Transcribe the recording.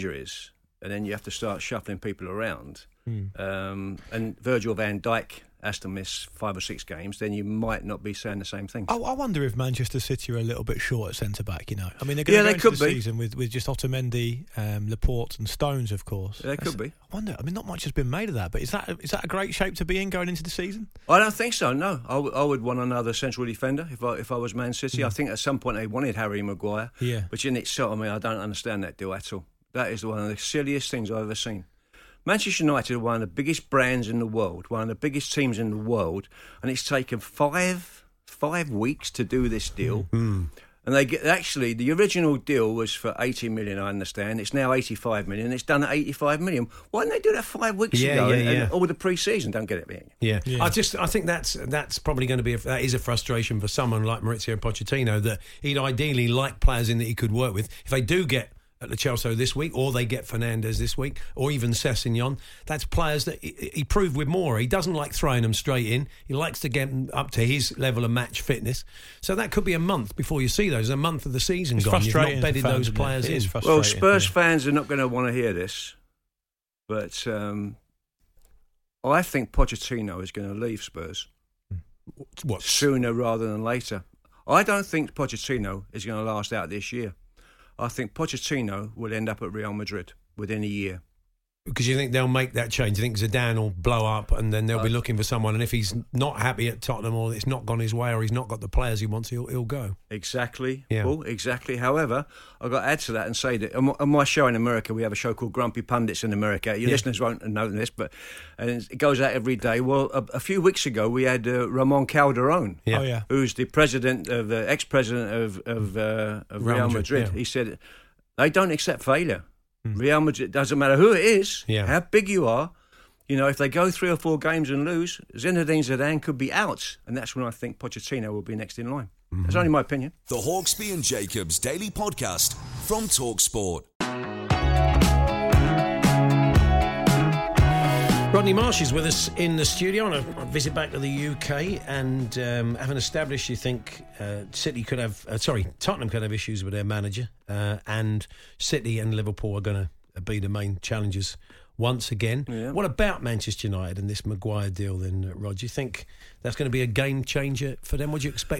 injuries, and then you have to start shuffling people around. Um, and Virgil van Dijk has to miss five or six games, then you might not be saying the same thing. I, I wonder if Manchester City are a little bit short at centre back. You know, I mean, they're going Yeah, they to go into could the be. season with, with just Otamendi, um, Laporte, and Stones, of course. They could be. I wonder. I mean, not much has been made of that, but is that is that a great shape to be in going into the season? I don't think so. No, I, w- I would want another central defender if I if I was Man City. I Mm. think at some point they wanted Harry Maguire. Yeah. which in itself, I mean, I don't understand that deal at all. That is one of the silliest things I've ever seen. Manchester United are one of the biggest brands in the world, one of the biggest teams in the world, and it's taken five five weeks to do this deal. Mm. And they get actually the original deal was for eighty million. I understand it's now eighty five million. It's done at eighty five million. Why didn't they do that five weeks Yeah, ago? yeah, and, yeah. and all the pre-season. Don't get it. Man. Yeah. Yeah. I just I think that's that's probably going to be a, that is a frustration for someone like Maurizio Pochettino that he'd ideally like players in that he could work with. If they do get at the Chelsea this week, or they get Fernandez this week, or even Sessignon, that's players that he, he proved with more. He doesn't like throwing them straight in. He likes to get them up to his level of match fitness. So that could be a month before you see those. A month of the season It's gone. You've frustrating. not for bedded fans, those isn't it? players It in. is Well, frustrating. Spurs yeah. fans are not going to want to hear this, but um, I think Pochettino is going to leave Spurs What? sooner rather than later. I don't think Pochettino is going to last out this year. I think Pochettino will end up at Real Madrid within a year. Because you think they'll make that change. You think Zidane will blow up, and then they'll be looking for someone. And if he's not happy at Tottenham, or it's not gone his way, or he's not got the players he wants, he'll, he'll go. Exactly. Yeah. Paul, exactly. However, I've got to add to that and say that on my- on my show in America, we have a show called Grumpy Pundits in America. Your listeners won't know this, but and it goes out every day. Well, a, a few weeks ago, we had uh, Ramon Calderon. Yeah. Oh yeah. who's the president of the ex-president of of, uh, of Real Real, Madrid, Madrid. yeah. Hmm. He said they don't accept failure. Real Madrid doesn't matter who it is, Yeah. how big you are. You know, if they go three or four games and lose, Zinedine Zidane could be out, and that's when I think Pochettino will be next in line. Mm-hmm. That's only my opinion. The Hawksby and Jacobs Daily Podcast from Talksport. Rodney Marsh is with us in the studio on a, on a visit back to the UK, and um, having established, you think uh, City could have, uh, sorry, Tottenham could have issues with their manager, uh, and City and Liverpool are going to be the main challengers once again. What about Manchester United and this Maguire deal? Then, uh, Rod, do you think that's going to be a game changer for them? What do you expect